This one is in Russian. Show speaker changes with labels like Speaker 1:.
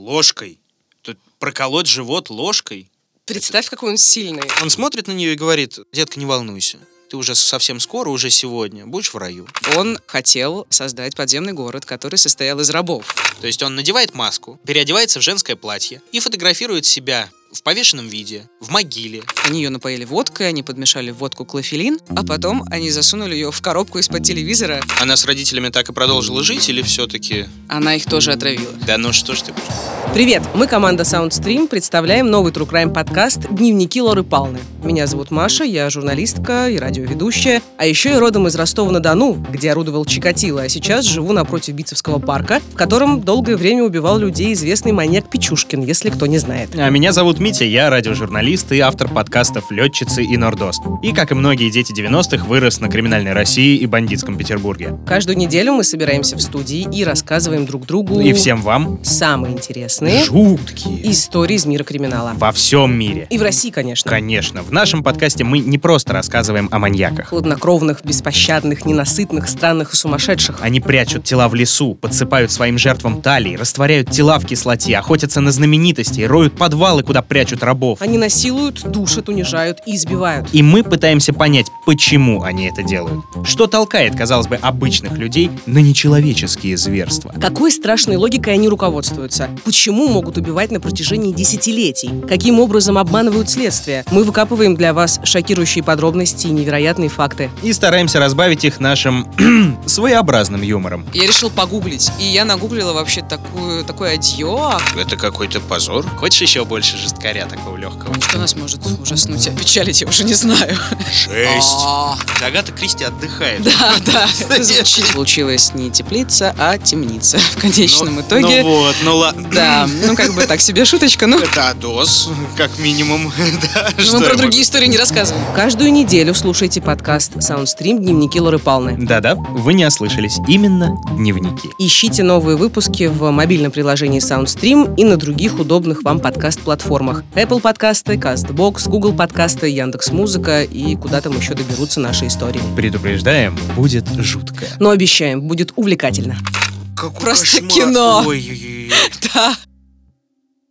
Speaker 1: ложкой. Тут проколоть живот ложкой.
Speaker 2: Представь, какой он сильный.
Speaker 3: Он смотрит на нее и говорит, детка, не волнуйся, ты уже совсем скоро, уже сегодня, будешь в раю.
Speaker 2: Он хотел создать подземный город, который состоял из рабов.
Speaker 3: То есть он надевает маску, переодевается в женское платье и фотографирует себя в повешенном виде, в могиле.
Speaker 2: Они ее напоили водкой, они подмешали в водку клофелин, а потом они засунули ее в коробку из-под телевизора.
Speaker 3: Она с родителями так и продолжила жить или все-таки...
Speaker 2: Она их тоже отравила.
Speaker 3: Да ну что ж ты...
Speaker 4: Привет, мы команда SoundStream представляем новый True Crime подкаст «Дневники Лоры Палны». Меня зовут Маша, я журналистка и радиоведущая, а еще и родом из Ростова-на-Дону, где орудовал Чикатило, а сейчас живу напротив Битцевского парка, в котором долгое время убивал людей известный маньяк Печушкин, если кто не знает.
Speaker 5: А меня зовут Митя, я радиожурналист и автор подкастов «Летчицы» и «Нордост». И, как и многие дети 90-х, вырос на криминальной России и бандитском Петербурге.
Speaker 4: Каждую неделю мы собираемся в студии и рассказываем друг другу
Speaker 5: И всем вам
Speaker 4: самые интересные
Speaker 5: жуткие
Speaker 4: истории из мира криминала.
Speaker 5: во всем мире.
Speaker 4: И в России, конечно.
Speaker 5: Конечно, в нашем подкасте мы не просто рассказываем о маньяках.
Speaker 4: Хладнокровных, беспощадных, ненасытных, странных и сумасшедших.
Speaker 5: Они прячут тела в лесу, подсыпают своим жертвам талии, растворяют тела в кислоте, охотятся на знаменитостей, роют подвалы, куда прячут рабов.
Speaker 4: Они насилуют, душат, унижают и избивают.
Speaker 5: И мы пытаемся понять, почему они это делают. Что толкает, казалось бы, обычных людей на нечеловеческие зверства.
Speaker 4: Какой страшной логикой они руководствуются? Почему могут убивать на протяжении десятилетий? Каким образом обманывают следствие? Мы выкапываем для вас шокирующие подробности и невероятные факты.
Speaker 5: И стараемся разбавить их нашим своеобразным юмором.
Speaker 2: Я решил погуглить, и я нагуглила вообще такую, такое одеяло,
Speaker 3: Это какой-то позор. Хочешь еще больше жесткаря такого легкого?
Speaker 2: что нас может ужаснуть и опечалить, я уже не знаю.
Speaker 3: Жесть.
Speaker 2: А,
Speaker 3: Агата Кристи отдыхает.
Speaker 2: Да, да, это звучит. Получилась не теплица, а темница в конечном
Speaker 3: Ну
Speaker 2: итоге.
Speaker 3: вот, ну ладно.
Speaker 2: Да, ну как бы так себе шуточка, но
Speaker 3: Это Адос, как минимум. Да,
Speaker 2: но
Speaker 3: что
Speaker 2: Ну, мы
Speaker 3: я
Speaker 2: про
Speaker 3: могу
Speaker 2: другие истории не рассказываем.
Speaker 4: Каждую неделю слушайте подкаст «Саундстрим. Дневники Лоры Палны».
Speaker 5: Да-да, вы не ослышались. Именно дневники.
Speaker 4: Ищите новые выпуски в мобильном приложении SoundStream и на других удобных вам подкаст-платформах. Apple подкасты, CastBox, Google подкасты, Яндекс.Музыка и куда там еще доберутся наши истории.
Speaker 5: Предупреждаем, будет жутко.
Speaker 4: Но обещаем, будет увлекательно.
Speaker 3: Какой
Speaker 2: Просто
Speaker 3: кошмар.
Speaker 2: кино.
Speaker 3: Ой-ой-ой.
Speaker 2: Да.